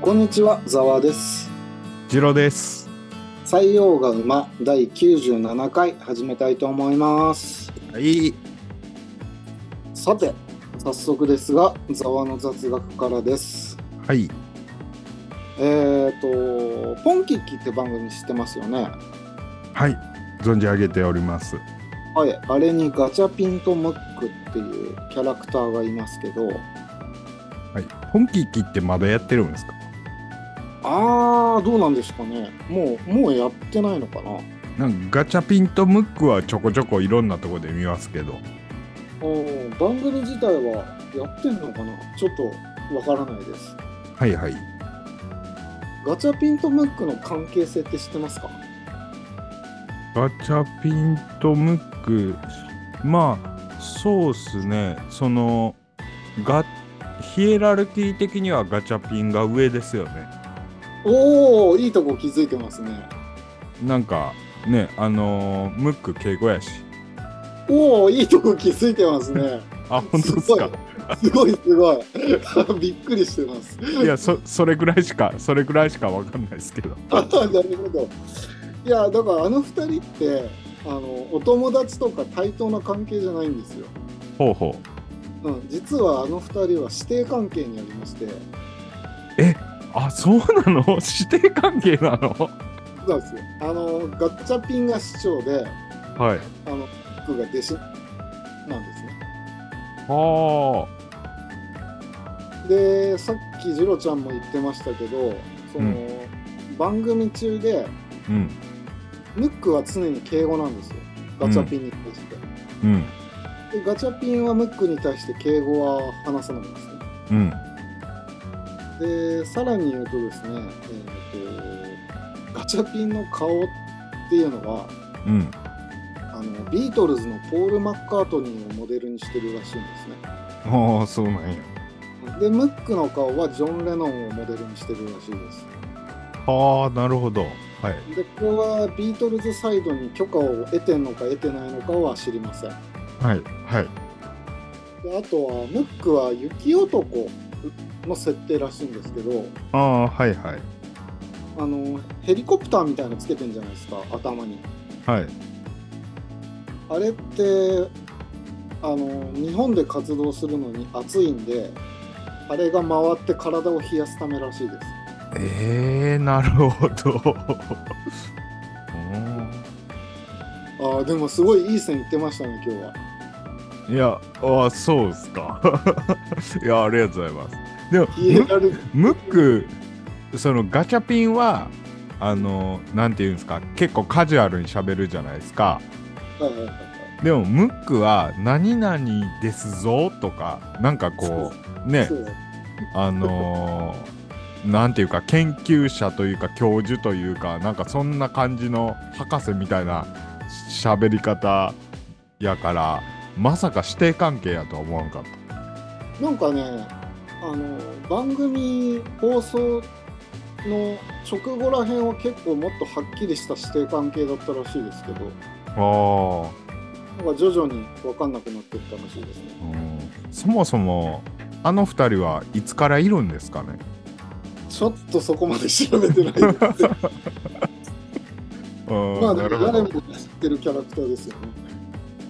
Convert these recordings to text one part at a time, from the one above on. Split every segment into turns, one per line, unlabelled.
こんにちは、ざわです。
ジロです。
採用が馬第97回始めたいと思います。
はい。
さて、早速ですが、ざわの雑学からです。
はい。
えっ、ー、と、ポンキッキって番組知ってますよね。
はい。存じ上げております。
はい、あれにガチャピンとムックっていうキャラクターがいますけど、
はい。本気キってまだやってるんですか
あー、どうなんですかね。もう、もうやってないのかな。
なんかガチャピンとムックはちょこちょこいろんなとこで見ますけど。
うん番組自体はやってんのかなちょっとわからないです。
はいはい。
ガチャピンとムックの関係性って知ってますか
ガチャピンとムック、まあ、そうっすね。その、が、ヒエラルキー的にはガチャピンが上ですよね。
おおいいとこ気づいてますね
なんか、ね、あのームック敬語やし。
おおいいとこ気づいてます ね
あ、本当ですか。
すごいすごい びっくりしてます
いや、そ、それぐらいしか、それぐらいしかわかんないですけど。
なるほどいやだからあの二人ってあのお友達とか対等な関係じゃないんですよ、
ほうほう。
うん、実はあの二人は師弟関係にありまして
あそうなの 師弟関係なの
そうなんですよあのガッチャピンが師匠で
はい
あの僕が弟子なんですね
は
でさっきジロちゃんも言ってましたけどその、
う
番組中で
あうん
ムックは常に敬語なんですよガチャピンに対して、
うん
でガチャピンはムックに対して敬語は話さないんです
うん
ねでさらに言うとですね、えーとガチャピンの顔っていうのは
うん
あのビートルズのポール・マッカートニーをモデルにしてるらしいんですね
ああそうなんや
でムックの顔はジョン・レノンをモデルにしてるらしいです
はあなるほどはい
でここはビートルズサイドに許可を得てんのか得てないのかは知りません
はいはい
であとはムックは雪男の設定らしいんですけど
ああはいはい
あのヘリコプターみたいのつけてんじゃないですか頭に
はい
あれってあの日本で活動するのに暑いんであれが回って体を冷やすためらしいです
えー、なるほど
あーでもすごいいい線いってましたね今日は
うんいやああそうっすか いやありがとうございますでも
ヒエラル
ムックそのガチャピンはあのなんていうんですか結構カジュアルに喋るじゃないですか
はいはいはいはい
でもムックは「何々ですぞ」とかなんかこうね
そう
あの ーなんていうか研究者というか教授というかなんかそんな感じの博士みたいな喋り方やからまさか師弟関係やとは思わんかっ
なんかね、あの番組放送の直後らへんは結構もっとはっきりした師弟関係だったらしいですけど、
た。あ
なんか徐々に分かんなくなっていったらしいですね。
うん、そもそもあの二人はいつからいるんですかね
ちょっとそこまで調べ てないです。
うん
まあ、
な
で
る
も
ほど
誰もが知ってるキャラクターですよね。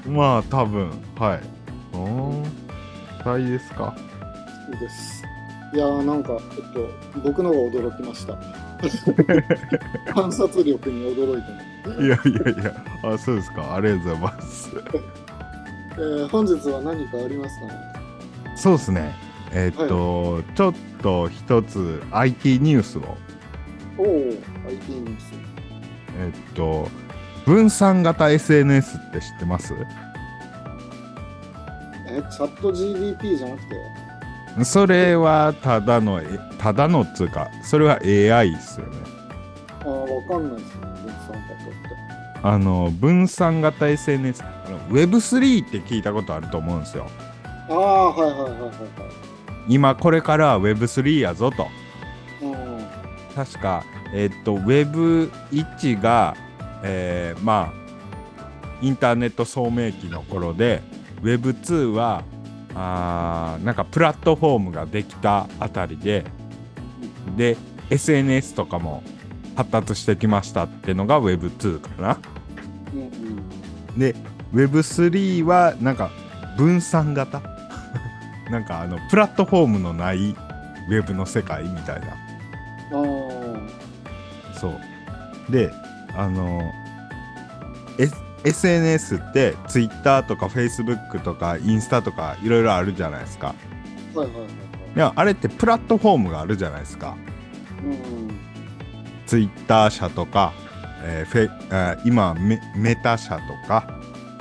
まあ多分はい。うん大事ですか
いいです。いやーなんかちょっと僕のが驚きま した。観察力に驚いてね。
いやいやいや、あ、そうですか。ありがとうございます。
えー本日は何かありますかね
そうですね。えーっと、ちょっと一つ IT ニュースを、
おお、IT ニュース。
えーっと、分散型 SNS って知ってます
え、チャット GDP じゃなくて
それはただの、えただのっつうか、それは AI っすよね。
ああ、わかんないですね、分散型
あの、分散型 SNS、あの Web3 って聞いたことあると思うんですよ。
って。ああ、はいはいはいはい
今これからは Web3 やぞと。
はい。
確か、えっと Web1 が、えーまあインターネット聡明期の頃で Web2 はあーなんかプラットフォームができたあたりでで SNS とかも発達してきましたってのが Web2 かな。
うんうん
で Web3 はなんか分散型 なんかあのプラットフォームのない Web の世界みたいな。
あー
そうであの、S、SNS って Twitter とか Facebook とかインスタとかいろいろあるじゃないですか
はいはいはいはい
いやあれってプラットフォームがあるじゃないですか
うん
ツイッター社とか、えーフェあー今メメタ社とか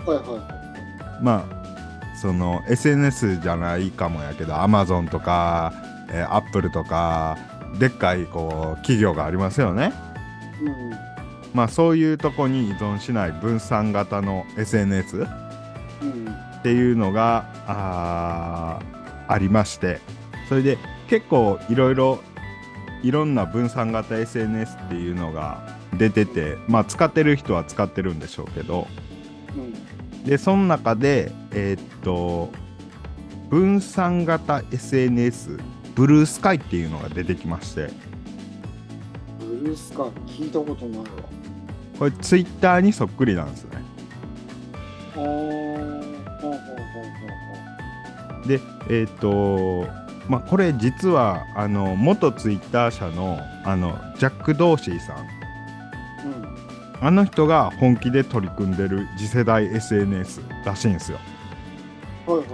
はいは
まあその SNS じゃないかもやけどアマゾンとか、えー、アップルとかでっかいこう企業がありますよね。
いうん
まあそういうとこに依存しない分散型の SNS っ
うん
ていうのがあーありましてそれで結構いろいろいろんな分散型 SNS っていうのが出ててまあ使ってる人は使ってるんでしょうけど
うん
でその中でえーっと分散型 SNS ブルースカイっていうのが出てきまして
ブルースカイ聞いたことないわ
これツイッターにそっくりなんですね。
あーほうほうほうほう
でえっ、とまあこれ実はあの元ツイッター社のあのジャック・ドーシーさん
ほううん
あの人が本気で取り組んでる次世代 SNS らしいんですよ
はいはいは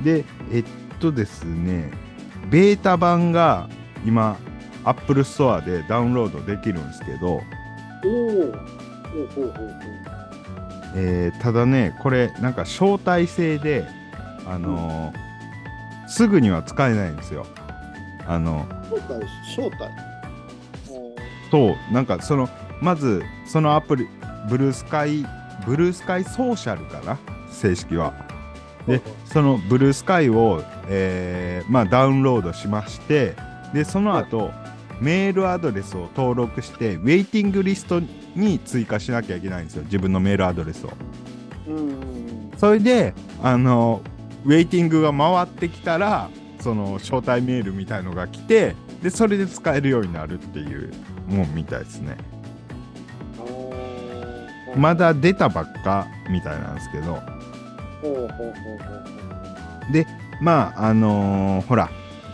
い
でえっとですねベータ版が今 Apple Store でダウンロードできるんですけど、
おーおほうほうほう
えーただねこれなんか招待制であのーすぐには使えないんですよあの
ほう招待招待おー
となんかそのまずそのアプリブルースカイブルースカイソーシャルかな正式は
はい
でそのブルースカイを、えーまあ、ダウンロードしましてでその後、メールアドレスを登録してウェイティングリストに追加しなきゃいけないんですよ自分のメールアドレスを
うんうん
それであのウェイティングが回ってきたらその招待メールみたいのが来てでそれで使えるようになるっていうもんみたいですね
あー
まだ出たばっかみたいなんですけど
ほうほうほうほう
まああのーほら、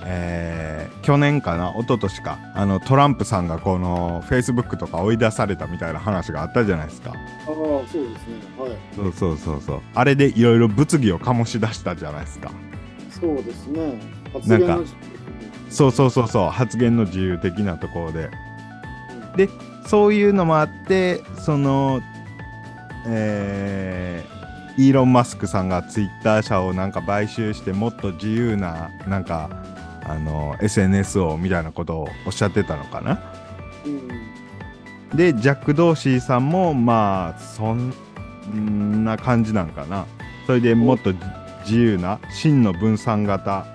えー去年かな一昨年かあのトランプさんがこのフェイスブックとか追い出されたみたいな話があったじゃないですか
ほうああそうですねはい
そうそうそうそうあれでいろいろ物議を醸し出したじゃないですか
そうですね発言の時期
そうそうそうそう発言の自由的なところででそういうのもあってそのえーイーロン・マスクさんがツイッター社をなんか買収してもっと自由ななんかあの SNS をみたいなことをおっしゃってたのかな
うん
でジャック・ドーシーさんもまあそんな感じなんかなそれでもっと自由な真の分散型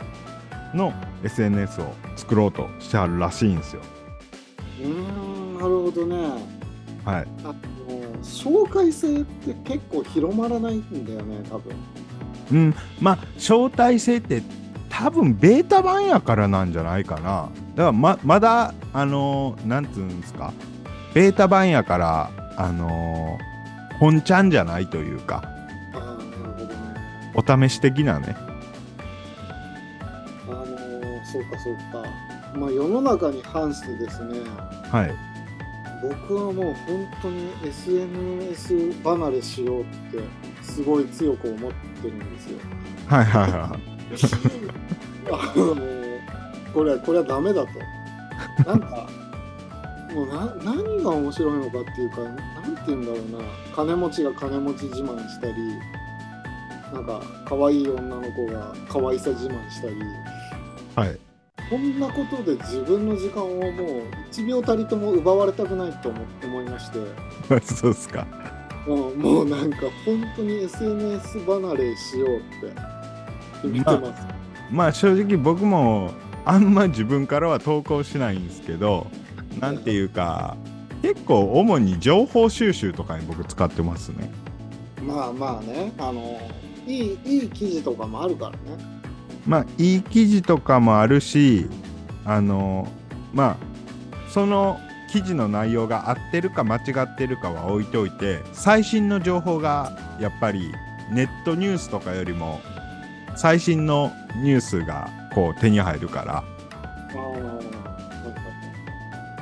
の SNS を作ろうとしてはるらしいんですよ
うんうーんなるほどね
はい
あの紹介制って結構広まらないんだよね多分
うん、まあ招待制って多分ベータ版やからなんじゃないかなだからままだあのーなんつうんですかベータ版やからあのー本ちゃんじゃないというか
ああなるほどね
お試し的なね
あのそうかそうかまあ世の中に反してですね
はい
僕はもう本当に SNS 離れしようってすごい強く思ってるんですよ
はいはいは
あのこれはこれはダメだとなんかもうな何が面白いのかっていうかなんて言うんだろうな金持ちが金持ち自慢したりなんか可愛い女の子が可愛さ自慢したり
いはい
こんなことで自分の時間をもう1秒たりとも奪われたくないと思思いまして、
まあ そうっすか
もうもうなんか本当に SNS 離れしようって見てます。
まあ正直僕もあんま自分からは投稿しないんですけどなんていうか結構主に情報収集とかに僕使ってますね
まあまあね、あのいいいい記事とかもあるからね。
まあいい記事とかもあるしあのまあその記事の内容が合ってるか間違ってるかは置いておいて最新の情報がやっぱりネットニュースとかよりも最新のニュースがこう手に入るから
ああはい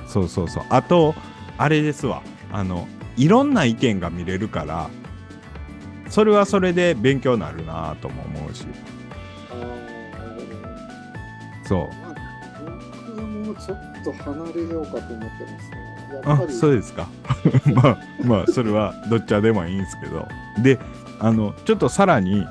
そうそうそうあとあれですわあのいろんな意見が見れるからそれはそれで勉強になるなとも思うし
はいああなるほど
そう
僕はもうちょっと離れようかと思ってますね。やっ
あ
ぱり
そうですか まあまあそれはどっちでもいいんですけどであのちょっとさらに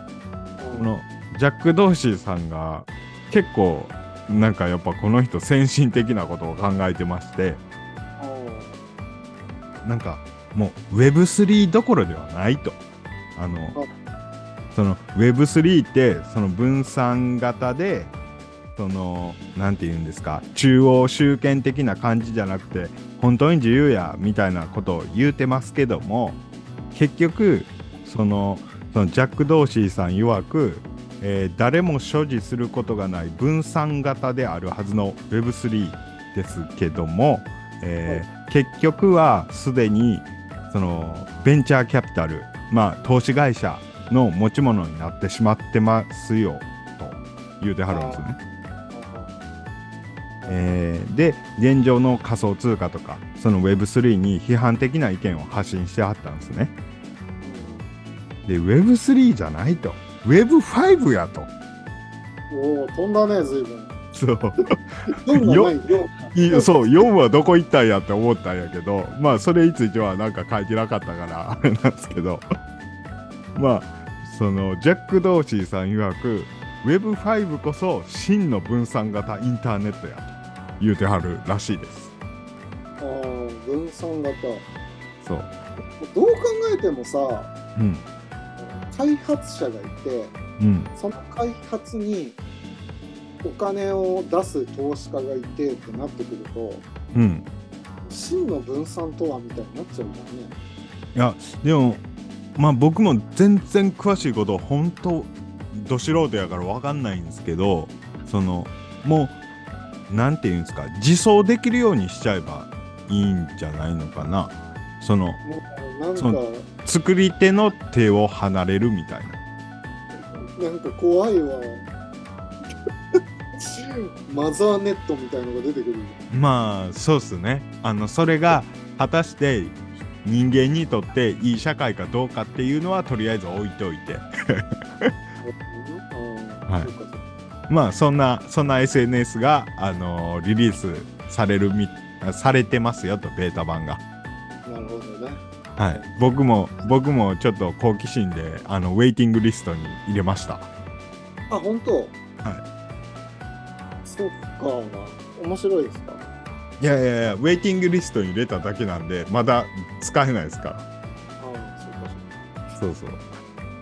このジャック・ドーシーさんが結構なんかやっぱこの人先進的なことを考えてまして
あー
なんかもう Web3 どころではないとあのその Web3 ってその分散型でそのなんて言うんですか中央集権的な感じじゃなくて本当に自由やみたいなことを言うてますけども結局そのそのジャック・ドーシーさん曰く、えー誰も所持することがない分散型であるはずの Web3 ですけども、えー結局はすでにそのベンチャーキャピタル、まあ、投資会社の持ち物になってしまってますよと言うてはるんですね。えーで現状の仮想通貨とかその Web3 に批判的な意見を発信してはったんですね。で Web3 じゃないと Web5 やと。
おお飛んだね随分。
そう
どんな
よ
ないよ。
いいそう4はどこ行ったんやって思ったんやけどまあそれについてはなんか書いてなかったからあれなんですけどまあそのジャック・ドーシーさん曰く Web5 こそ真の分散型インターネットやと言うてはるらしいです
あー分散型。
そう
どう考えてもさ、
うん
開発者がいて、
うん
その開発にお金を出す投資家がいてってなってくると、
うん
真の分散とはみたいになっちゃうじゃんね。
でもまあ僕も全然詳しいこと本当ど素人やから分かんないんですけどそのもうなんていうんですか自走できるようにしちゃえばいいんじゃないのかなその
もう
そ
なんか。
作り手の手を離れるみたいな
なんか怖いわ。マザーネットみたいのが出てくる。
まあそうっすねあのそれが果たして人間にとっていい社会かどうかっていうのはとりあえず置いておいて
あ
はい
ーそうかそうか
まあそんなそんな SNS が、あのーリリースされるみされてますよとベータ版が、
なるほどね。
はい、僕も僕もちょっと好奇心であのウェイティングリストに入れました
あ、本当。
は
そっか。面白いですか。
いやいやいやウェイティングリストに入れただけなんでまだ使えないですか
あー、そうかそう
らそうそう
か。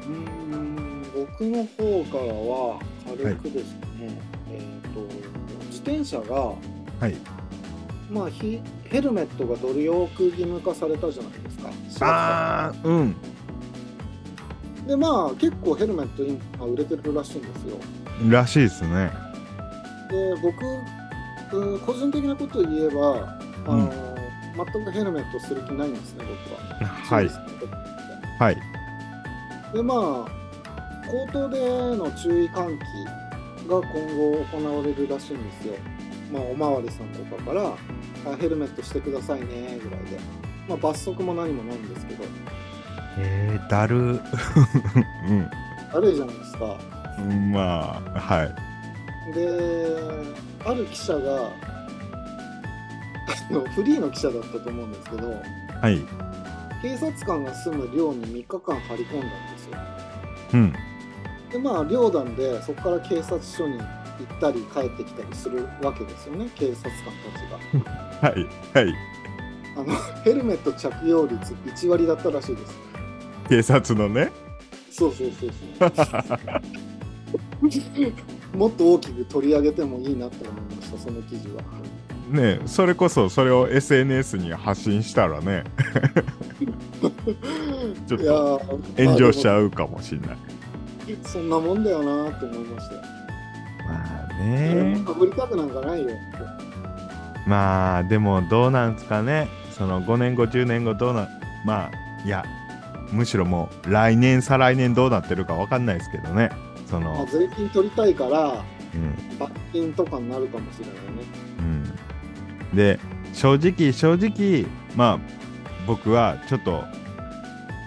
うーん、僕の方からは軽くですね。えっ、と自転車が
はい
まあひヘルメットが努力義務化されたじゃないですか。4月から
あーうん
でまあ結構ヘルメット今売れてるらしいんですよ。
らしいですね
で僕うん個人的なことを言えばあの、
うん
全くヘルメットする気ないんですね僕は。
はい
そうです
はい
でまあ口頭での注意喚起が今後行われるらしいんですよ。まあおまわりさんとかからあヘルメットしてくださいねぐらいで、まあ、罰則も何もないんですけど
えー、だ る
悪いじゃないですか。
うんまあはい
である記者があのフリーの記者だったと思うんですけど
はい
警察官が住む寮に3日間張り込んだんですよ
うん
でまあ寮なんでそこから警察署に行ったり帰ってきたりするわけですよね警察官たち
はいはい
があのヘルメット着用率1割だったらしいです
警察のね
そうそうそうそう もっと大きく取り上げてもいいなって思いましたその記事は
ねそれこそそれを SNS に発信したらねちょっ
いや
と
ー
炎上しち
まあ
ゃうかもしれない。
でもそんなもんだよなと思いましたよ
まあ
誰
ね
もかぶりたくなんかないよ。
まあでもどうなんですかねその5年後10年後どうなまあいやむしろもう来年再来年どうなってるかわかんないですけどねそ
まあ、
の
税金取りたいから、
うん
罰金とかになるかもしれないね。
うんで正直正直まあ僕はちょっと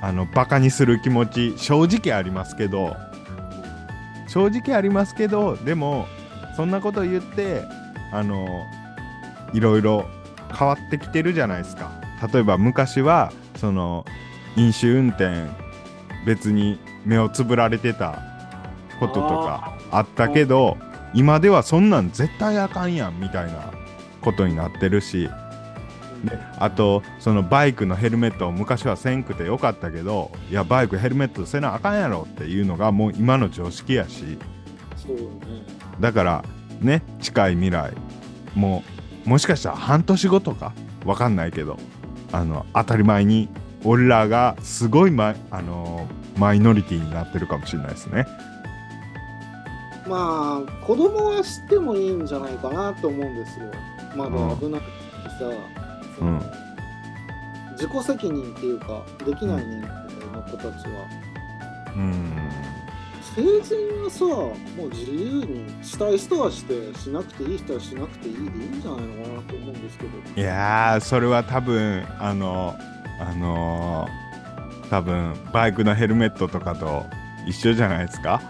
あのバカにする気持ち正直ありますけど正直ありますけどでもそんなこと言ってあのいろいろ変わってきてるじゃないですか例えば昔はその飲酒運転別に目をつぶられてたこととかあったけど今ではそんなん絶対あかんやんみたいなことになってるしであとそのバイクのヘルメットを昔はせんくてよかったけどいやバイクヘルメットせなあかんやろっていうのがもう今の常識やし
そうよね。
だからね近い未来もうもしかしたら半年後とかわかんないけどあの当たり前に俺らがすごいマイ,、あのマイノリティになってるかもしれないですね。
まあ、子供は知ってもいいんじゃないかなと思うんですよ。ま
う
だ
ん
危なくてさ、そ
うん
の自己責任っていうか、できない年齢の子たちは。
うん
成人はさ、もう自由にしたい人はして、しなくていい人はしなくていいでいいんじゃないのかなと思うんですけど。
いやーそれは多分あのあのー多分バイクのヘルメットとかと一緒じゃないですか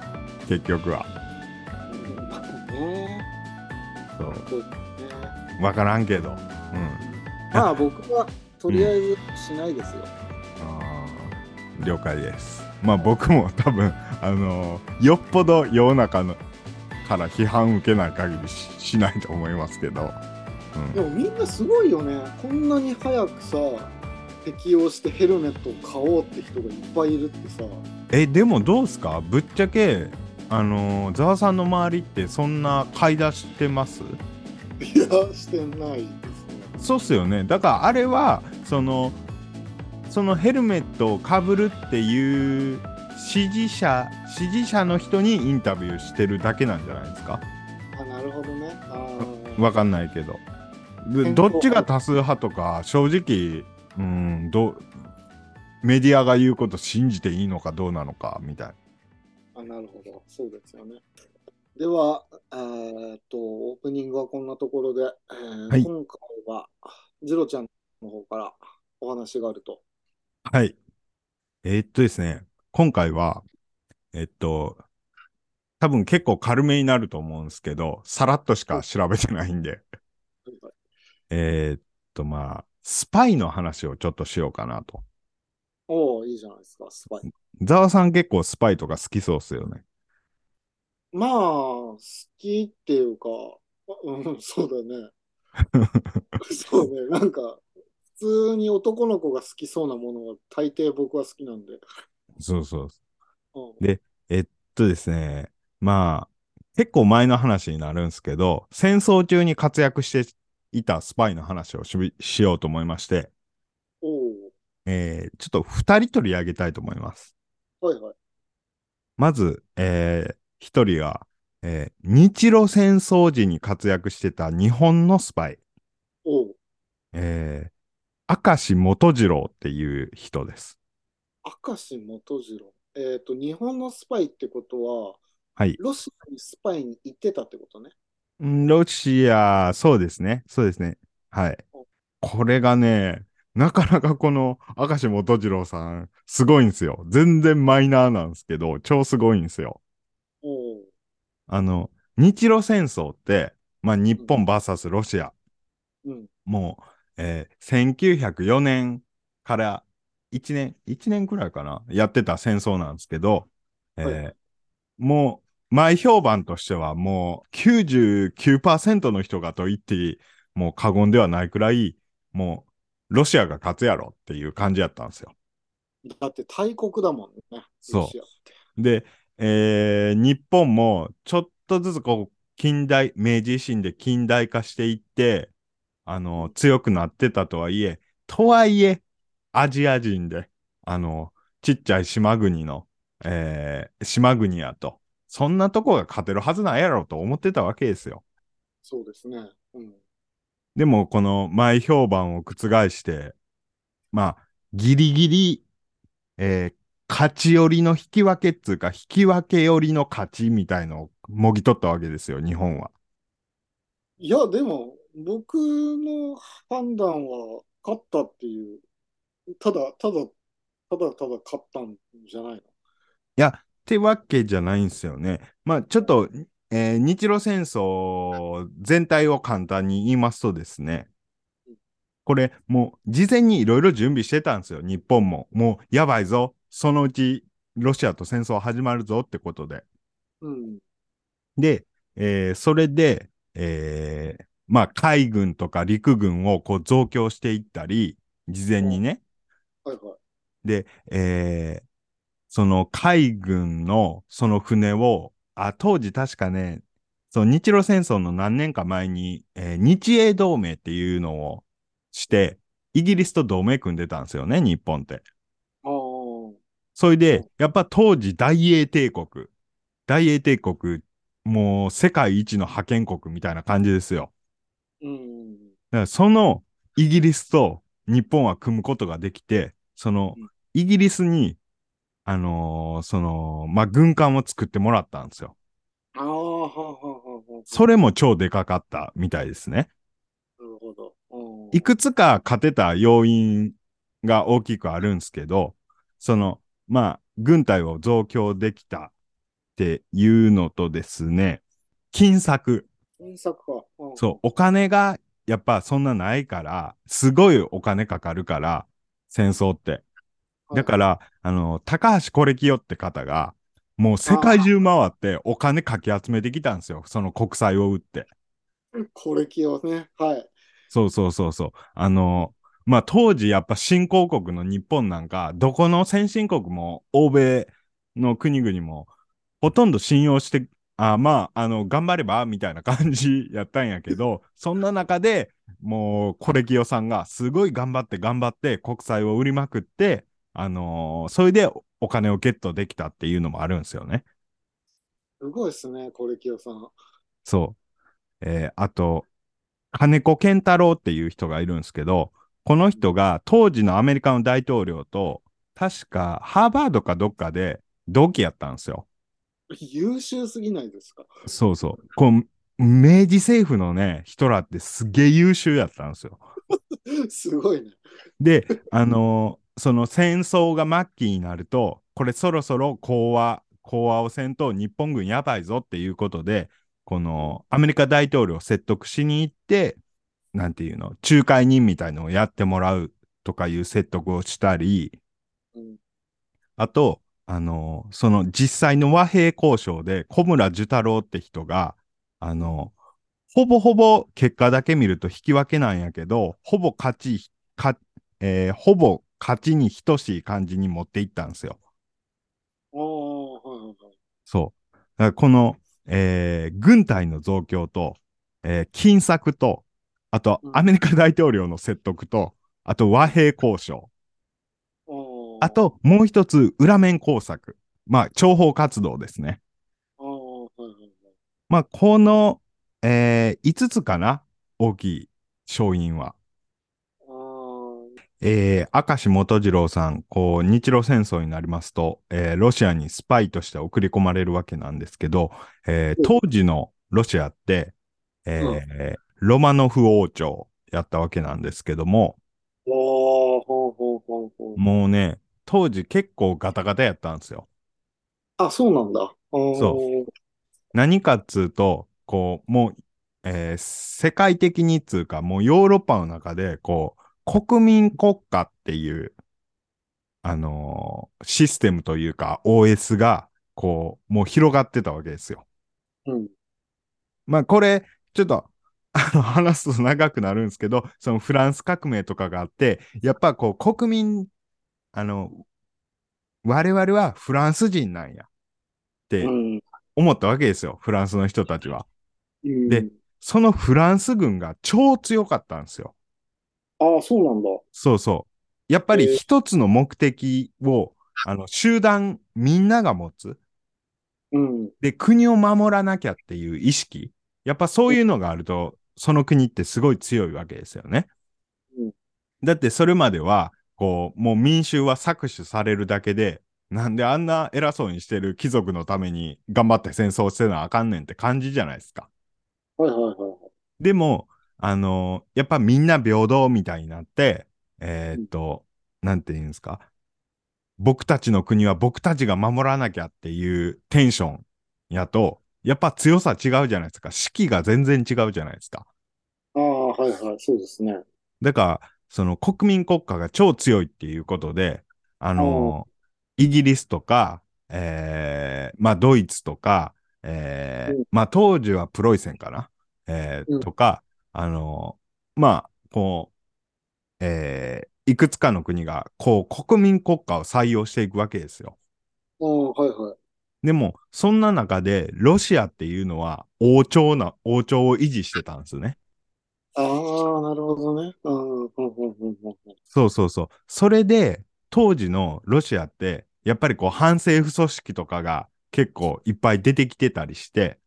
結局は。
うんまあね、
そう
そうね。
分からんけど。うん
まあ僕はとりあえずしないですよ。
あー了解ですまあ僕も多分あのーよっぽど世の中のから批判受けない限りししないと思いますけど、うん
でもみんなすごいよね。こんなに早くさ、適用してヘルメットを買おうって人がいっぱいいるってさ。
えでもどうすかぶっちゃけあのーざわさんの周りってそんな買い出してます
いや、してないですね。
そうっすよねだからあれはそのそのヘルメットをかぶるっていう支持者支持者の人にインタビューしてるだけなんじゃないですか
あ、なるほどね。あー
わかんないけどで
変更
どっちが多数派とか正直うんどメディアが言うこと信じていいのかどうなのかみたい
あ、なるほど。そうですよね。では、えーっと、オープニングはこんなところで、えー
はい
今回は、ジロちゃんの方からお話があると。
なはいえーっとですね今回はえっと多分結構軽めになると思うんですけどさらっとしか調べてないんでえーっとまあスパイの話をちょっとしようかなと
おお、いいじゃないですか、スパイ。
ざわさん結構スパイとか好きそうっすよね
まあ、好きっていうか、うん、そうだね。 そうね、なんか、普通に男の子が好きそうなものが大抵僕は好きなんで。
そうそう
うん
でえっとですね、まあ、結構前の話になるんですけど、戦争中に活躍していたスパイの話をしびしようと思いまして、
お
えーちょっと2人取り上げたいと思います。
お、はいはい。
まず、え1人は、えー日露戦争時に活躍してた日本のスパイ、
おお、
えー明石元次郎っていう人です。
明石元次郎。えっ、と、日本のスパイってことは、
はい。
ロシアにスパイに行ってたってことね。
んロシア、そうですね。そうですね。はい。これがね、なかなかこの明石元次郎さん、すごいんですよ。全然マイナーなんですけど、超すごいんですよ。
おお、
あの、日露戦争って、まあ、日本 VS ロシア、
うん、
もう、えー1904年から1年、1年くらいかな、やってた戦争なんですけど、えー
は
もう、前評判としてはもう99%の人がと言って、もう過言ではないくらい、もう、ロシアが勝つやろっていう感じやったんですよ。
だって大国だもんね。
そう
ロシアって
で、えー日本もちょっとずつこう近代、明治維新で近代化していって、あの、強くなってたとはいえ、とはいえ、アジア人で、あの、ちっちゃい島国の、えー島国やと、そんなとこが勝てるはずないやろと思ってたわけですよ。
そうですね。うん。
でも、この前評判を覆して、まあ、ギリギリ、えー勝ち寄りの引き分けっつうか、引き分け寄りの勝ちみたいのをもぎ取ったわけですよ、日本は。
いや、でも、僕の判断は、勝ったっていう、ただ、ただ、ただただ勝ったんじゃないの
ってわけじゃないんですよね。まあ、ちょっと、えー日露戦争全体を簡単に言いますとですね、これ、もう事前にいろいろ準備してたんですよ、日本も。もうやばいぞ、そのうちロシアと戦争始まるぞってことで。
うん。
で、えーそれで、えーまあ、海軍とか陸軍をこう増強していったり、事前にね、
はいはい。
で、えーその海軍のその船を、あ、当時確かね、その日露戦争の何年か前に、えー日英同盟っていうのをして、イギリスと同盟組んでたんですよね、日本って。
ああ、
それ
う
で、やっぱ当時大英帝国、大英帝国、もう世界一の覇権国みたいな感じですよ。
うん。
だからそのイギリスと日本は組むことができて、その
うん
イギリスに、あのーその、まあ、軍艦を作ってもらったんですよ。
ああ、はあはあはあはあ。
それも超でかかったみたいですね。
なるほど。うん
いくつか勝てた要因が大きくあるんですけど、その、まあ、軍隊を増強できたっていうのとですね、金策。
金策か。うん
そう、お金がやっぱそんなないから、すごいお金かかるから、戦争って。
はい
だから、あの、高橋コレキヨって方が、もう世界中回ってお金かき集めてきたんですよ。その国債を売って。
これ気をね。はい。
そうそうそうそう。あの、まあ、当時やっぱ新興国の日本なんか、どこの先進国も欧米の国々もほとんど信用して、あまあ、あの、頑張ればみたいな感じやったんやけど、そんな中でもう、コレキヨさんがすごい頑張って頑張って国債を売りまくって、あのそれでお金をゲットできたっていうのもあるんですよね。
すごいですね、これ気をさん。
そう。えーあと、金子健太郎っていう人がいるんですけど、この人が当時のアメリカの大統領と、確かハーバードかどっかで同期やったんですよ。
優秀すぎないですか。
そうそう。こう明治政府のね、人らってすげえ優秀やったんですよ。
すごいね。
で、あのーその戦争が末期になると、これそろそろ講和、講和をせんと日本軍やばいぞっていうことで、このアメリカ大統領を説得しに行って、なんていうの、仲介人みたいのをやってもらうとかいう説得をしたり、
うん
あと、あのーその実際の和平交渉で小村寿太郎って人が、あのーほぼほぼ結果だけ見ると引き分けなんやけど、ほぼ勝ち、勝えーほぼ勝ちに等しい感じに持っていったんですよ。
ああ、はいはいはい。
そう。だからこの、えー軍隊の増強と、えー金策と、あと
うん
アメリカ大統領の説得と、あと和平交渉、
あー
あ、ともう一つ裏面工作、まあ、諜報活動ですね。
ああ、はいはいはい。
まあ、この、え5つかな、大きい勝因は。
ああ、
えー明石元次郎さん、こう、日露戦争になりますと、えーロシアにスパイとして送り込まれるわけなんですけど、えー
うん
当時のロシアって、えーロマノフ王朝やったわけなんですけども、
おーほうほうほうほう。
もうね、当時結構ガタガタやったんですよ。
あ、そうなんだ。。
そう何かっつうと、こう、もう、えー世界的にっつうか、もうヨーロッパの中で、こう、国民国家っていう、あのーシステムというか、OS が、こう、もう広がってたわけですよ。
うん。
まあ、これ、ちょっと、あの、話すと長くなるんですけど、そのフランス革命とかがあって、やっぱこう、国民、あの、我々はフランス人なんや、って
うん。
思ったわけですよ、フランスの人たちは。
うん
で、そのフランス軍が超強かったんですよ。
ああ、そうなんだ。
そうそう。やっぱ
へ
り
え
一つの目的を、あの、集団みんなが持つ。
うん。
で、国を守らなきゃっていう意識。やっぱそういうのがあると、その国ってすごい強いわけですよね
うん。
だってそれまでは、こう、もう民衆は搾取されるだけで、なんであんな偉そうにしてる貴族のために頑張って戦争してなあかんねんって感じじゃないですか。
はいはいはいはい。
でも、あのやっぱみんな平等みたいになって、えーっと、なんて言うんですか。僕たちの国は僕たちが守らなきゃっていうテンションやと、やっぱ強さ違うじゃないですか。士気が全然違うじゃないですか。
ああ、はいはい。そうですね。
だから、その国民国家が超強いっていうことで、あのイギリスとか、えーまあドイツとか、えー
うん
まあ当時はプロイセンかな、えー
うん
とか、あのまあ、こう、えーいくつかの国が、こう、国民国家を採用していくわけですよ。
ああ、はいはい。
でも、そんな中で、ロシアっていうのは、王朝な、王朝を維持してたんですね。
ああ、なるほどね。ああ、うんうんうんうんうん。
そうそうそう。それで、当時のロシアって、やっぱりこう、反政府組織とかが結構いっぱい出てきてたりして、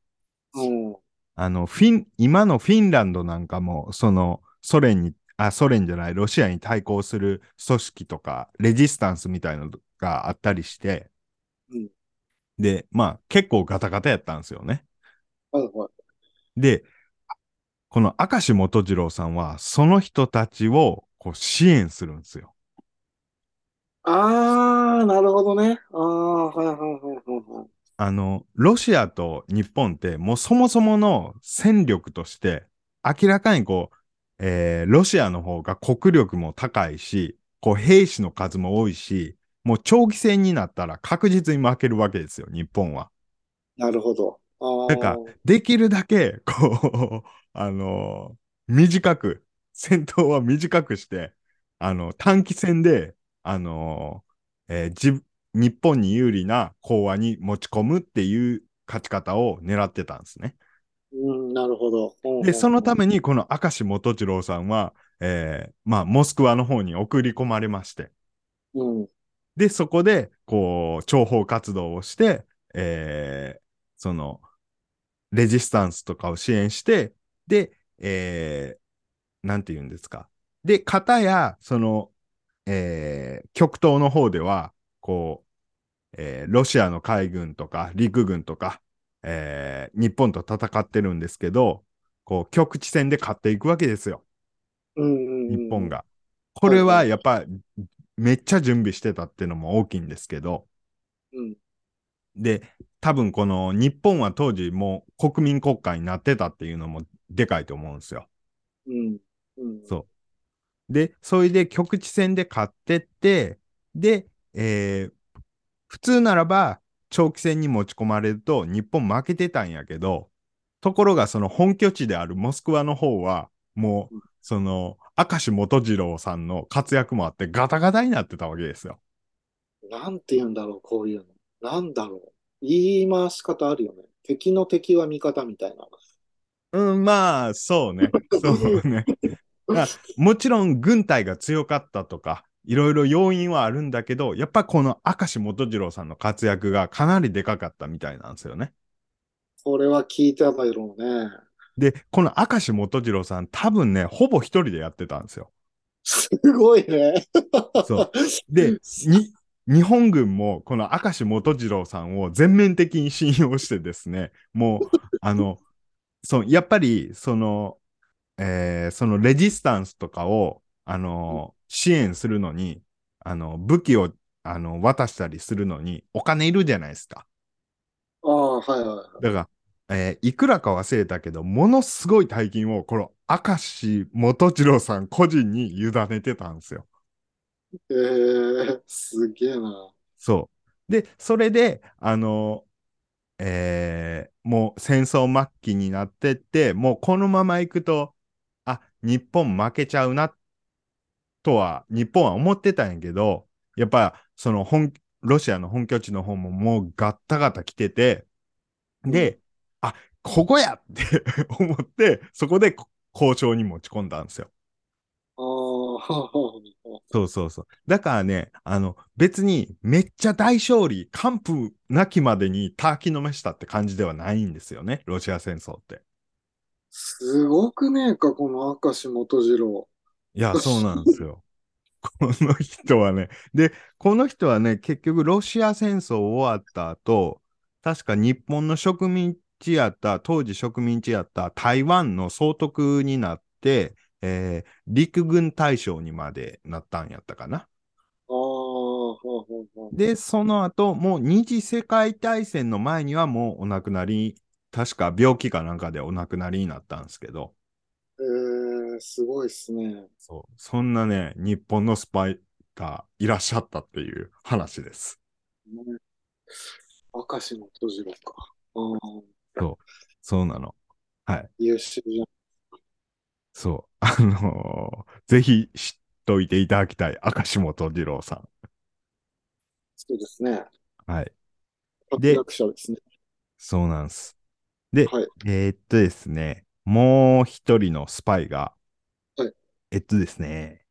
うん。
あの、フィン、今のフィンランドなんかも、その、ソ連に、あ、ソ連じゃない、ロシアに対抗する組織とか、レジスタンスみたいのがあったりして、
うん
で、まあ、結構ガタガタやったんですよね。
はいはい。
で、この明石元次郎さんは、その人たちをこう支援するんですよ。
ああ、なるほどね。ああ、はいはいはいはいはい。
あの、ロシアと日本って、もうそもそもの戦力として、明らかにこう、えーロシアの方が国力も高いし、こう、兵士の数も多いし、もう長期戦になったら確実に負けるわけですよ、日本は。
なるほど。ああ。
なんかできるだけ、こう、あの短く、戦闘は短くして、あの、短期戦で、あのえーじ日本に有利な講和に持ち込むっていう勝ち方を狙ってたんですね。
うん、なるほど。うん
で、そのために、この明石元次郎さんは、えーまあ、モスクワの方に送り込まれまして、
うん。
で、そこで、こう、諜報活動をして、えーその、レジスタンスとかを支援して、で、えーなんて言うんですか。で、片や、その、えー極東の方では、こう、えーロシアの海軍とか陸軍とか、えー日本と戦ってるんですけど、こう、局地戦で勝っていくわけですよ。
うんうんうん
日本。が。これはやっぱめっちゃ準備してたっていうのも大きいんですけど、
うん。
で、多分この日本は当時もう国民国家になってたっていうのもでかいと思うんですよ。
うん。うん。
そうで、それで局地戦で勝ってって、で、えー普通ならば長期戦に持ち込まれると日本負けてたんやけど、ところがその本拠地であるモスクワの方は、もう
うん
その明石元次郎さんの活躍もあってガタガタになってたわけですよ。
なんて言うんだろう、こういうの。なんだろう。言い回し方あるよね。敵の敵は味方みたいな。
うん、まあ、そうね。そうね。あもちろん軍隊が強かったとか、いろいろ要因はあるんだけど、やっぱこの明石元次郎さんの活躍がかなりでかかったみたいなんですよね。
これは聞いてただろうね。
で、この明石元次郎さん、多分ね、ほぼ一人でやってたんですよ。
すごいね。
そう。で、に日本軍もこの明石元次郎さんを全面的に信用してですね、もう、あの、そう、やっぱり、その、えーそのレジスタンスとかを、あの、支援するのに、あの、武器を、あの、渡したりするのに、お金いるじゃないですか。
ああ、はいはいはい。
だから、えーいくらか忘れたけど、ものすごい大金を、この明石元次郎さん個人に委ねてたんですよ。
ええすげえな。
そう。で、それで、あの、えーもう戦争末期になってって、もうこのまま行くと、あ、日本負けちゃうな、とは、日本は思ってたんやけど、やっぱ、その本、ロシアの本拠地の方ももうガッタガタ来てて、で、あ、ここやって思って、そこでこ交渉に持ち込んだんですよ。
ああ、ははあはあはあ
そうそうそう。だからね、あの、別にめっちゃ大勝利、完膚なきまでに滝のめしたって感じではないんですよね、ロシア戦争って。
すごくねえか、この明石元次郎。
いや、そうなんですよ。 この人はね。で、この人はね、結局ロシア戦争終わった後、確か日本の植民地やった、当時植民地やった台湾の総督になって、えー陸軍大将にまでなったんやったかな。
ああ、はあはあはあ
で、その後、もう二次世界大戦の前にはもうお亡くなり、確か病気かなんかでお亡くなりになったんですけど、
えー、すごいっすね。
そうそんなね、日本のスパイがいらっしゃったっていう話です。
ね明石元次郎か。ああ、
そうなの。
優秀じゃん。
そう。あのーぜひ知っといていただきたい、明石元次郎さ
そうですね。
ん。はい。で
活躍者ですね。
そうなんです。で、
はい
えーっとですね、もう一人のスパイが、
はい
えっとですね、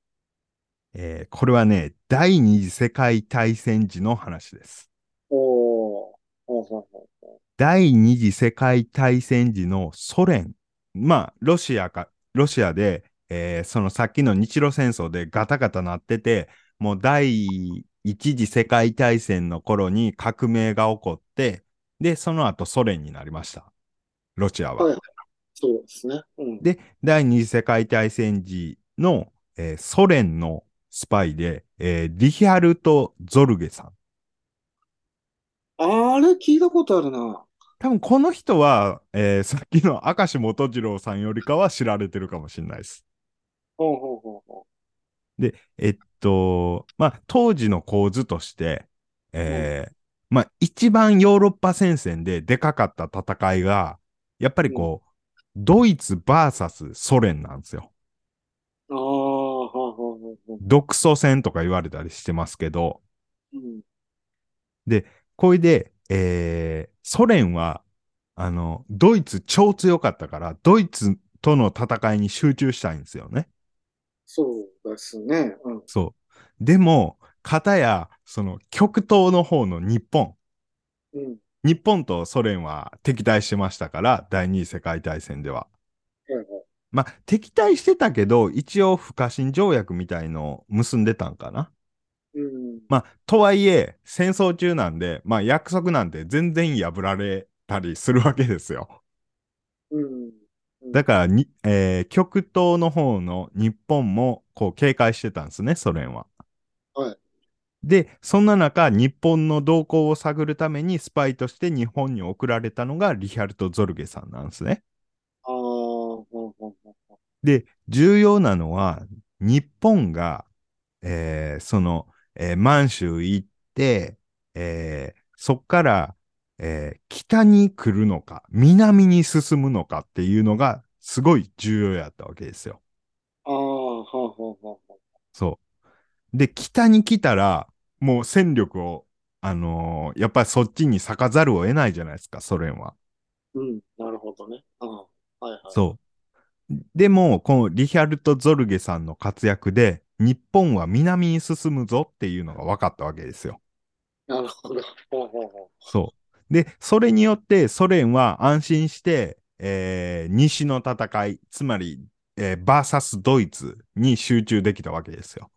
えーこれはね、第二次世界大戦時の話です。
おー。ほうほうほう
第二次世界大戦時のソ連、まあ、ロシアか、ロシアで、えーそのさっきの日露戦争でガタガタなってて、もう第一次世界大戦の頃に革命が起こって、で、その後ソ連になりました。ロシアは。
はいそうですね。うん。
で第二次世界大戦時の、えーソ連のスパイで、えーリヒャルト・ゾルゲさん。
あれ聞いたことあるな。
多分この人は、えーさっきの明石元次郎さんよりかは知られてるかもしれないです。
ほうほうほうほ
えっと、まあ、当時の構図として、えーまあ、一番ヨーロッパ戦線ででかかった戦いが、やっぱりこう、ドイツ VS ソ連なんですよ。
う。ああ、はあはあはあはあ。
独ソ戦とか言われたりしてますけど、
うん。
これで、えーソ連は、あの、ドイツ超強かったから、ドイツとの戦いに集中したいんですよね。
そうですね。うん。
そう。でも、片や、その、極東の方の日本。
うん。
日本とソ連は敵対してましたから、第二次世界大戦では。
はいはい。
まあ、敵対してたけど、一応不可侵条約みたいのを結んでたんかな。
うん。
まあ、とはいえ、戦争中なんで、まあ、約束なんて全然破られたりするわけですよ。
うん。
だからに、えー極東の方の日本もこう警戒してたんですね、ソ連は。
はい
で、そんな中、日本の動向を探るためにスパイとして日本に送られたのがリヒャルト・ゾルゲさんなんですね。
ああ、ほうほうほうほ
で、重要なのは、日本が、えーその、えー満州行って、えーそっから、えー北に来るのか、南に進むのかっていうのが、すごい重要やったわけですよ。
う。ああ、はあはあはあ。
そう。で、北に来たら、もう戦力を、あのーやっぱりそっちに割かざるを得ないじゃないですか、ソ連は。
うん。なるほどね。ああ、はいはい。
そう。でも、このリヒャルト・ゾルゲさんの活躍で、日本は南に進むぞっていうのが分かったわけですよ。
なるほど。ほうほうほ
そう。で、それによってソ連は安心して、えー西の戦い、つまり、えーバーサスドイツに集中できたわけですよ。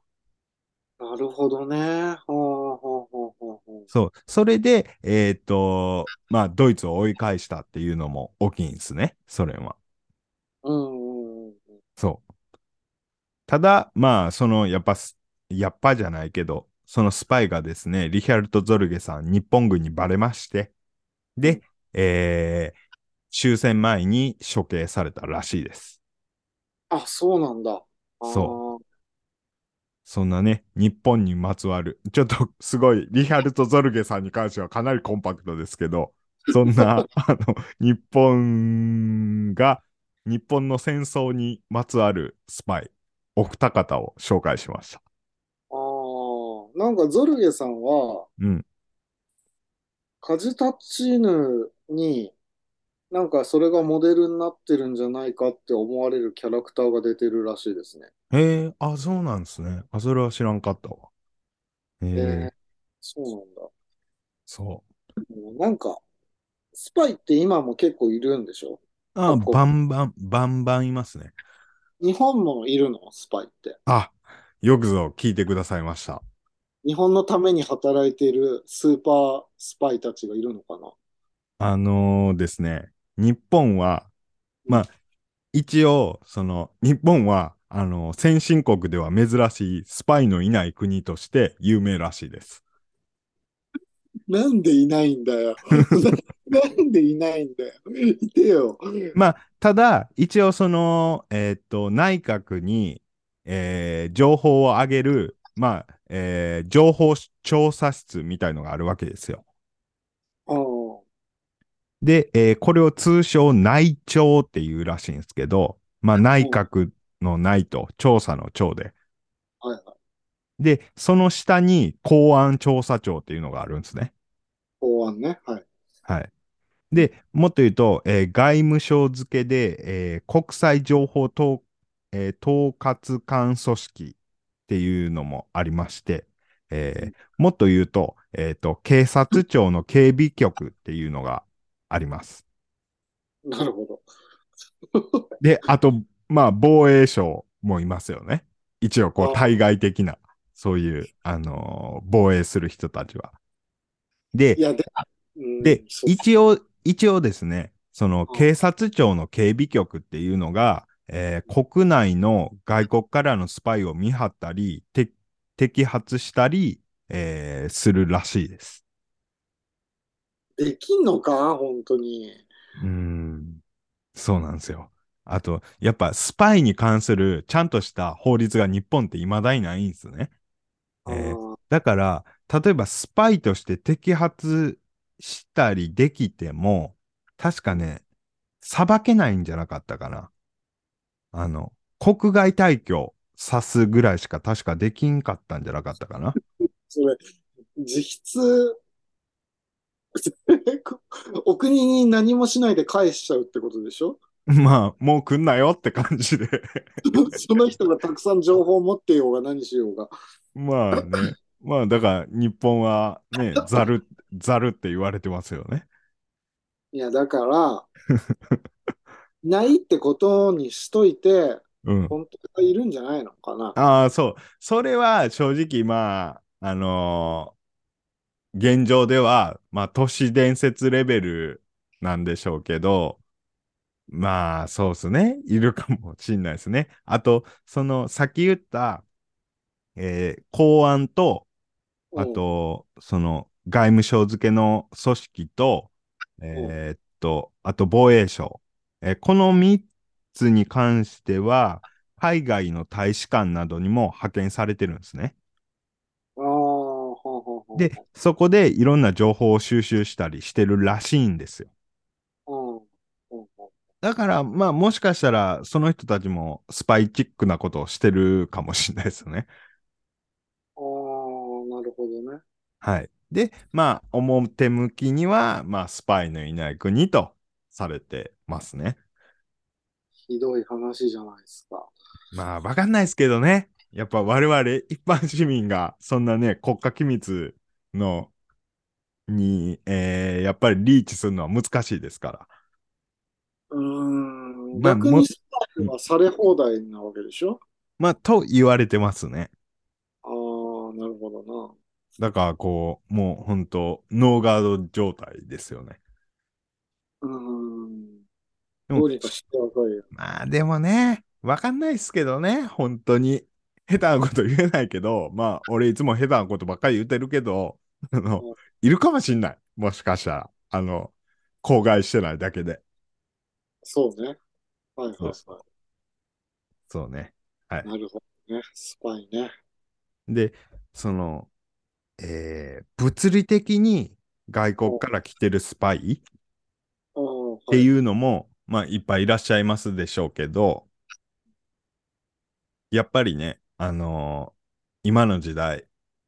う。なるほどね。ほうほうほうほうほう。
そう。それで、えーっと、まあ、ドイツを追い返したっていうのも大きいんですね、ソ連は。
うんうんうん。
そう。ただ、まあ、その、やっぱす、やっぱじゃないけど、そのスパイがですね、リヒャルト・ゾルゲさん、日本軍にバレまして、で、えー終戦前に処刑されたらしいです。
あ、そうなんだ。
そそんなね、日本にまつわる、ちょっと すごい、リヒャルト・ゾルゲさんに関してはかなりコンパクトですけど、そんな、 あの、日本が、日本の戦争にまつわるスパイ、お二方を紹介しました。
う。ああ、なんかゾルゲさんは、
うん。
カジタッチーヌになんかそれがモデルになってるんじゃないかって思われるキャラクターが出てるらしいですね。
へえあ、そうなんですね。あ、それは知らんかったわ。へえ
えーそう
そ
なんだ。なんか、スパイって今も結構いるんでしょ
う。あ、
なんか
バンバン、バンバンいますね。
日本もいるのスパイって。
あ、よくぞ聞いてくださいました。
日本のために働いているスーパースパイたちがいるのかな
あのーですね、日本は、まあ、一応、その、日本は、あの先進国では珍しいスパイのいない国として有名らしいです。
なんでいないんだよ。 なんでいないんだよ。 いてよ。
まあ、ただ、一応その、えーっと、内閣に、えー情報を上げる、まあ、えー情報調査室みたいのがあるわけですよ。
ああ、
で、えーこれを通称内調っていうらしいんですけど、まあ、内閣の内と、調査の調で。
はいはい。
で、その下に公安調査庁っていうのがあるんですね。
公安ね。はい。
はい。で、もっと言うと、えー外務省付けで、えー国際情報統,、えー統括官組織っていうのもありまして、えーもっと言うと,、えーと、警察庁の警備局っていうのがあります。
なるほど。
で、あと、まあ、防衛省もいますよね。一応、こ
あ
う、対外的な、そういう、あのー防衛する人たちは。で
い、や、で、うん
で、
そう
一応、一応ですね、その
うん
警察庁の警備局っていうのが、えー国内の外国からのスパイを見張ったり、て摘発したり、えーするらしいです。
できんのか本当に。
うん。そうなんですよ。あと、やっぱスパイに関するちゃんとした法律が日本って未だにないんですね。えー
ああ
だから、例えばスパイとして摘発したりできても、確かね、裁けないんじゃなかったかな。あの、国外退去さすぐらいしか確かできんかったんじゃなかったかな。
それ、実質、 お国に何もしないで返しちゃうってことでしょ
まあ、もう来んなよって感じで。
その人がたくさん情報を持っていようが何しようが。
まあね。まあ、だから日本はね、ざる、ざるって言われてますよね。
いや、だ から、ないってことにしといて、
うん。
本当はいるんじゃないのかな。
ああ、そう。それは正直、まあ、あのー現状では、まあ、都市伝説レベルなんでしょうけど、まあ、そうですね。いるかもしんないですね。あと、その、さっき言った、えー公安と、あと、その、外務省付けの組織と、えーっと、あと防衛省。えーこの3つに関しては、海外の大使館などにも派遣されてるんですね。
うん。ああ、ほうほうほう
で、そこでいろんな情報を収集したりしてるらしいんですよ。
うんうんうん
だから、まあ、もしかしたら、その人たちもスパイチックなことをしてるかもしれないですよね。
ああ、なるほどね。
はい。で、まあ、表向きには、まあ、スパイのいない国とされてますね。
ひどい話じゃないですか。
まあ、わかんないですけどね。やっぱ我々一般市民が、そんなね、国家機密の、に、えーやっぱりリーチするのは難しいですから。
うーん、
まあ
逆
も
にスパイはされ放題なわけでしょ
まあ、と言われてますね。
ああ、なるほどな。
だから、こう、もう本当ノーガード状態ですよね。
うーん。
で
ど
も
うにかしてわかるよ。
まあ、でもね、わかんないですけどね、本当に。下手なこと言えないけど、まあ、俺いつも下手なことばっかり言ってるけど、あの
うん、
いるかもしんない。もしかしたら、あの、口外してないだけで。
そうね。はいはい
そ
は
うそうね。
い。なるほどね。スパイね。
で、その、えー物理的に外国から来てるスパイっ
ああ、は
て
い。
いうのも、まあ、いっぱいいらっしゃいますでしょうけど、やっぱりね、あのー今の時代、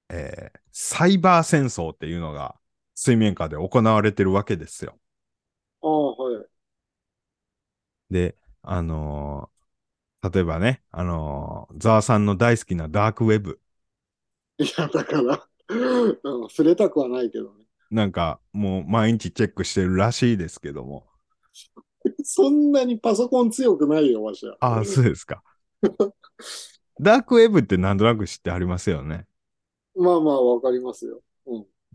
えーサイバー戦争っていうのが水面下で行われてるわけですよ。
ああ、はい。
で、あのー例えばね、あのー、ザワさんの大好きなダークウェブ。
いや、だから、うん、触れたくはないけどね。
なんか、もう毎日チェックしてるらしいですけども。
そんなにパソコン強くないよ、わしは。
ああ、そうですか。ダークウェブってなんとなく知ってありますよね。
まあまあ、わかりますよ。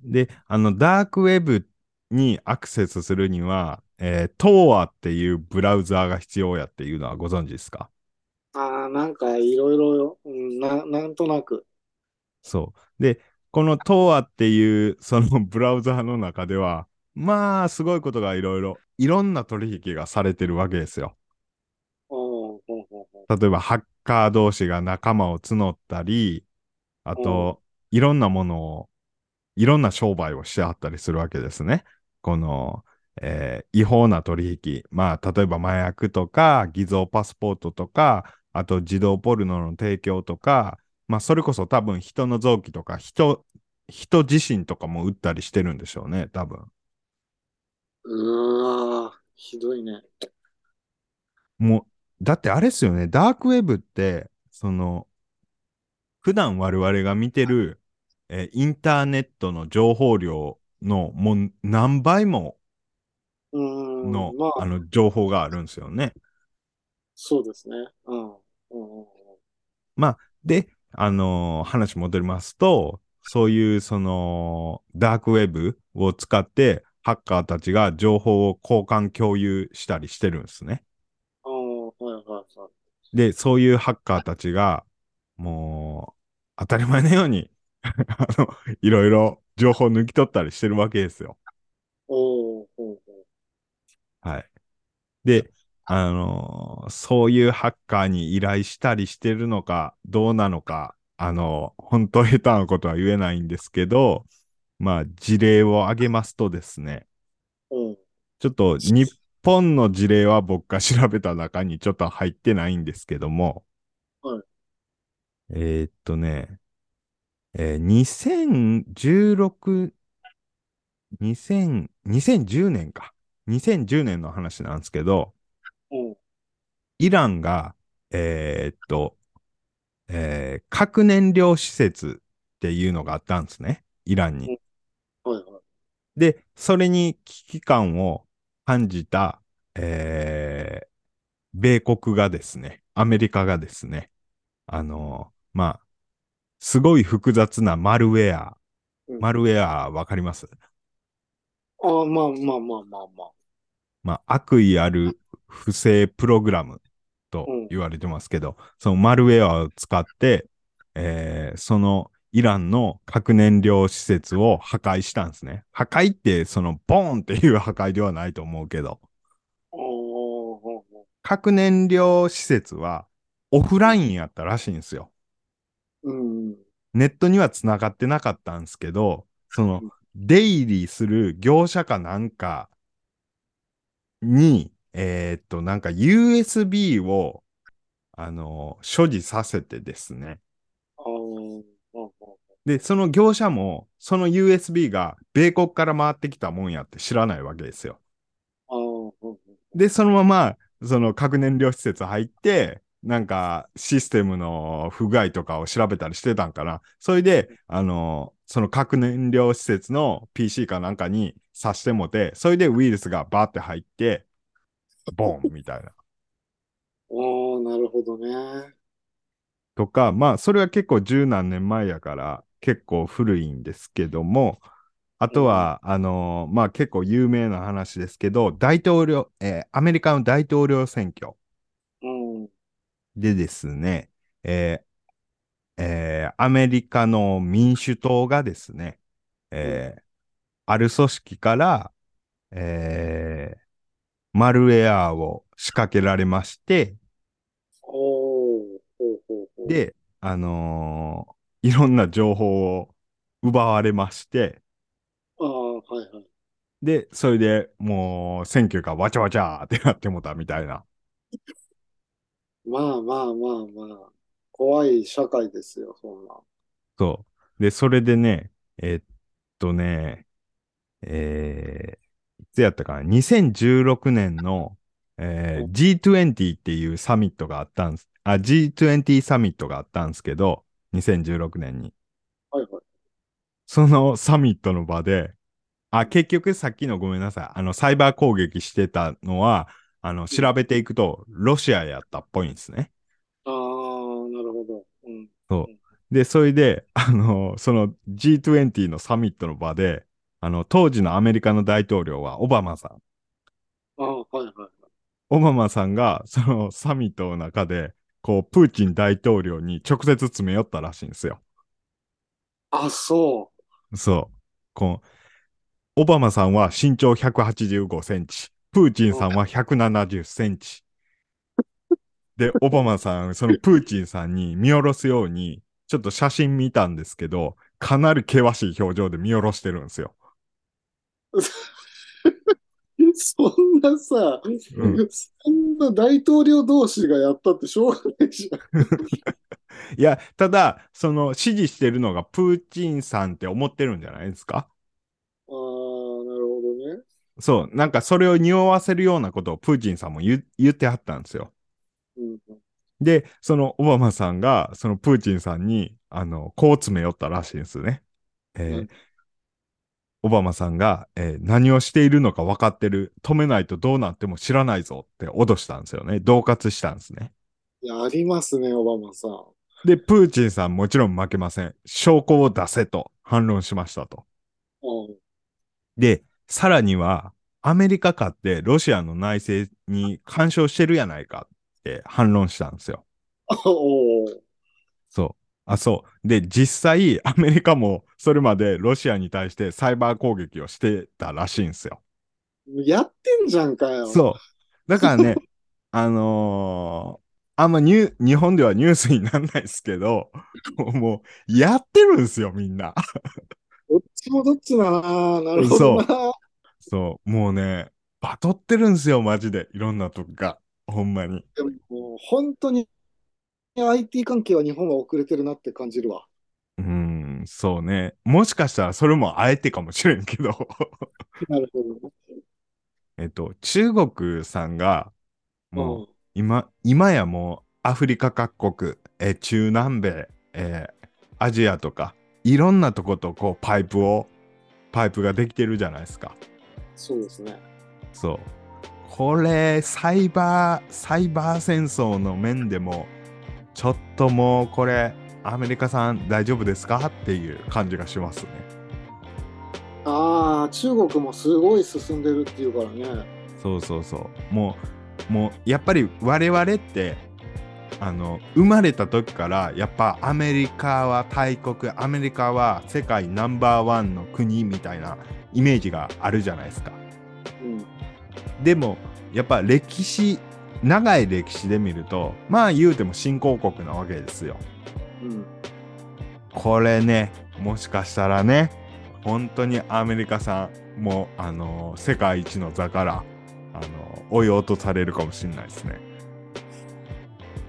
で、あの、ダークウェブにアクセスするには、えー、TOA っていうブラウザーが必要やっていうのはご存知ですか
ああ、なんかいろいろよ、うんな、なんとなく。
そう。で、この TOA っていうその ブラウザーの中では、まあ、すごいことがいろいろ、いろんな取引がされてるわけですよ。
うん、うん、うんうん。
例えば、ハッカー同士が仲間を募ったり、あと、いろんなものを、いろんな商売をしてあったりするわけですね。この、えー違法な取引。まあ、例えば麻薬とか、偽造パスポートとか、あと児童ポルノの提供とか、まあ、それこそ多分人の臓器とか、人、人自身とかも売ったりしてるんでしょうね、多分。
うわー、ひどいね。
もう、だってあれですよね、ダークウェブって、その、普段我々が見てる、えーインターネットの情報量のもう何倍も
うーん、
の、
まあ、
あの情報があるんですよね。
そうですね。うん。うん、うん
で、あのー話戻りますと、そういうそのダークウェブを使ってハッカーたちが情報を交換共有したりしてるんですね。
うん。うん、はいはいはい。
で、そういうハッカーたちが、もう、当たり前のように、 あの、いろいろ情報を抜き取ったりしてるわけですよ。
おー、ほうほう。
はい。で、あのーそういうハッカーに依頼したりしてるのか、どうなのか、あのー本当下手なことは言えないんですけど、まあ、事例を挙げますとですね、
うん。
ちょっと日本の事例は僕が調べた中にちょっと入ってないんですけども、
はい
えーっとね、えー2016、2000、2010年か。2010年の話なんですけど、
うん。
イランが、えーっと、えー核燃料施設っていうのがあったんですね。イランに。
はいはい。
で、それに危機感を感じた、えー米国がですね、アメリカがですね、あのーまあ、すごい複雑なマルウェア。
うん
マルウェアわかります
ああ、まあまあまあまあまあ。
まあ、悪意ある不正プログラムと言われてますけど、そのマルウェアを使って、えーそのイランの核燃料施設を破壊したんですね。破壊って、そのボーンっていう破壊ではないと思うけど、
おー、ほうほう。
核燃料施設はオフラインやったらしいんですよ。
うん。
ネットには繋がってなかったんですけど、その
うん、
出入りする業者かなんかに、えーっと、なんか USB を、あの、所持させてですね。
ああ、ほうほ
で、その業者も、その USB が米国から回ってきたもんやって知らないわけですよ。
う。ああ、ほうほう。
で、そのまま、その核燃料施設入って、なんかシステムの不具合とかを調べたりしてたんかな。それで、あの、その核燃料施設の PC かなんかに挿してもて、それでウイルスがバーって入って、ボンみたいな。
おー、なるほどね。
とか、まあ、それは結構十何年前やから、結構古いんですけども、あとは、あのまあ結構有名な話ですけど、大統領、えーアメリカの大統領選挙。
うん。
でですね、えーえーアメリカの民主党がですね、えーある組織から、えーマルウェアを仕掛けられまして、
おー、ほうほうほう。、
で、あのーいろんな情報を奪われまして、
ああ、はいはい。
で、それでもう選挙がわちゃわちゃーってなってもたみたいな。
まあまあまあまあ。怖い社会ですよ、そんな。
そう。で、それでね、えっとね、えー、いつやったかな、2016年のえー G20 っていうサミットがあったんす。あ、G20 サミットがあったんですけど、2016年に。
はいはい。
そのサミットの場で、あ、結局さっきのごめんなさい。あの、サイバー攻撃してたのは、あの、調べていくと、ロシアやったっぽいんですね。
ああ、なるほど。うん。
で、それで、あの、その G20 のサミットの場で、あの、当時のアメリカの大統領はオバマさん。
ああ、はいはい。
オバマさんが、そのサミットの中で、こう、プーチン大統領に直接詰め寄ったらしいんですよ。
あ、そ
そう。こう、オバマさんは身長185センチ、プーチンさんは170センチ。で、オバマさん、そのプーチンさんに見下ろすように、ちょっと写真見たんですけど、かなり険しい表情で見下ろしてるんですよ。
う。そんなさ、
うん
そんな大統領同士がやったってしょうがないじゃん。
いや、ただ、その支持してるのがプーチンさんって思ってるんじゃないですか
ああ、なるほどね。
そう、なんかそれを匂わせるようなことをプーチンさんも言言ってはったんですよ。
うん。
で、そのオバマさんが、そのプーチンさんに、あの、こう詰め寄ったらしいんですね。えー
うん
オバマさんが、えー何をしているのか分かってる。止めないとどうなっても知らないぞって脅したんですよね。恫喝したんですね。
いや、ありますね、オバマさん。
で、プーチンさんもちろん負けません。証拠を出せと反論しましたと。
うん。
で、さらには、アメリカかってロシアの内政に干渉してるやないかって反論したんですよ。
おお。
そう。あ、そう。で、実際、アメリカもそれまでロシアに対してサイバー攻撃をしてたらしいんですよ。
やってんじゃんかよ。
そう。だからね、あのーあんまニュ日本ではニュースにならないですけど、こうもう、やってるんですよ、みんな。
どっちもどっちだな。なるほどな。
そう。もうね、バトってるんですよ、マジで。いろんなとこが。ほんまに。
でももう本当に IT 関係は日本は遅れてるなって感じるわ。
うーん、そうね。もしかしたらそれもあえてかもしれんけど。
なるほど。
えっと、中国さんが、もう、
も
今、今やもうアフリカ各国、えー中南米、えーアジアとか、いろんなとことこうパイプを、パイプができてるじゃないですか。
うん、そうですね。
そう。これ、サイバー、サイバー戦争の面でも、ちょっともうこれ、アメリカさん大丈夫ですかっていう感じがしますね。
ああ、中国もすごい進んでるっていうからね。
そうそうそうもうもうやっぱり我々ってあの生まれた時からやっぱアメリカは大国アメリカは世界ナンバーワンの国みたいなイメージがあるじゃないですか
うん。
でもやっぱ歴史長い歴史で見るとまあ言うても新興国なわけですよ
うん。
これねもしかしたらね本当にアメリカさんもうあの世界一の座からあの追い落とされるかもしれないですね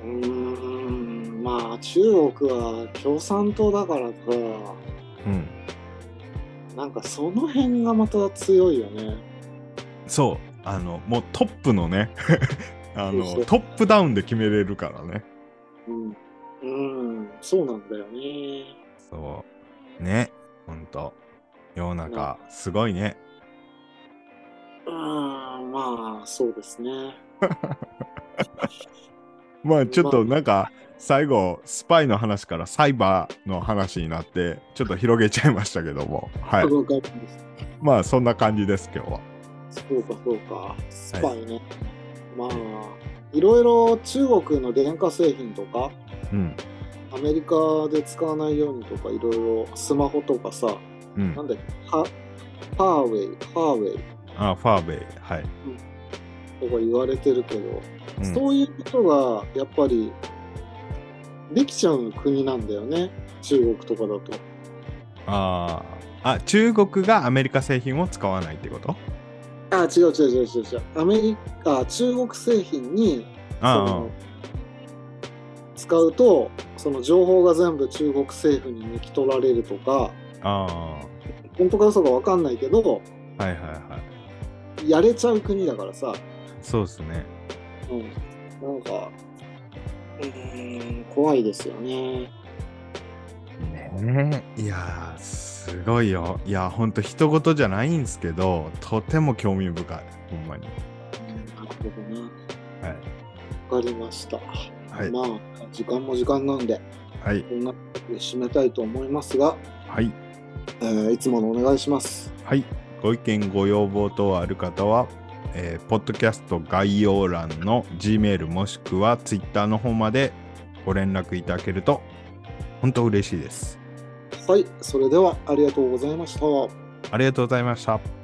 うーんまあ中国は共産党だからか
うん、
なんかその辺がまた強いよね
そうあのもうトップのね あの
そうそう
トップダウンで決めれるからね
うん、うん、そうなんだよね
そうねほんと世の中すごいね
うーんまあそうですね
まあちょっとなんか最後スパイの話からサイバーの話になってちょっと広げちゃいましたけどもはい
そうかそ
まあそんな感じです今日は
うかそうかスパイね、まあいろいろ中国の電化製品とか
うん
アメリカで使わないようにとかいろいろスマホとかさ
うん
なんだっけハハーウェイハーウェイ
あファーウェイはい、
とか言われてるけど
うん
そういうことがやっぱりできちゃう国なんだよね中国とかだと
あーあ中国がアメリカ製品を使わないってこと
あ違う違う違う違う違うアメリカ中国製品にそ
あ
の使うとその情報が全部中国政府に抜き取られるとか
ーあ
本当か嘘か分かんないけど
ーはいはいはい
やれちゃう国だからさ
そうですね
うん、なんか、うーん、怖いですよね。
ねいやーすごいよいやほんと人事じゃないんですけどとても興味深いほんまに
なるほどね。
はい
わかりました。
はい
まあ、時間も時間なんで、
はい
こんなとこで締めたいと思いますが、
はい
えーいつものお願いします。
はいご意見ご要望等ある方は、えーポッドキャスト概要欄の G メールもしくは Twitter の方までご連絡いただけるとほんと嬉しいです
はい、それではありがとうございました。
ありがとうございました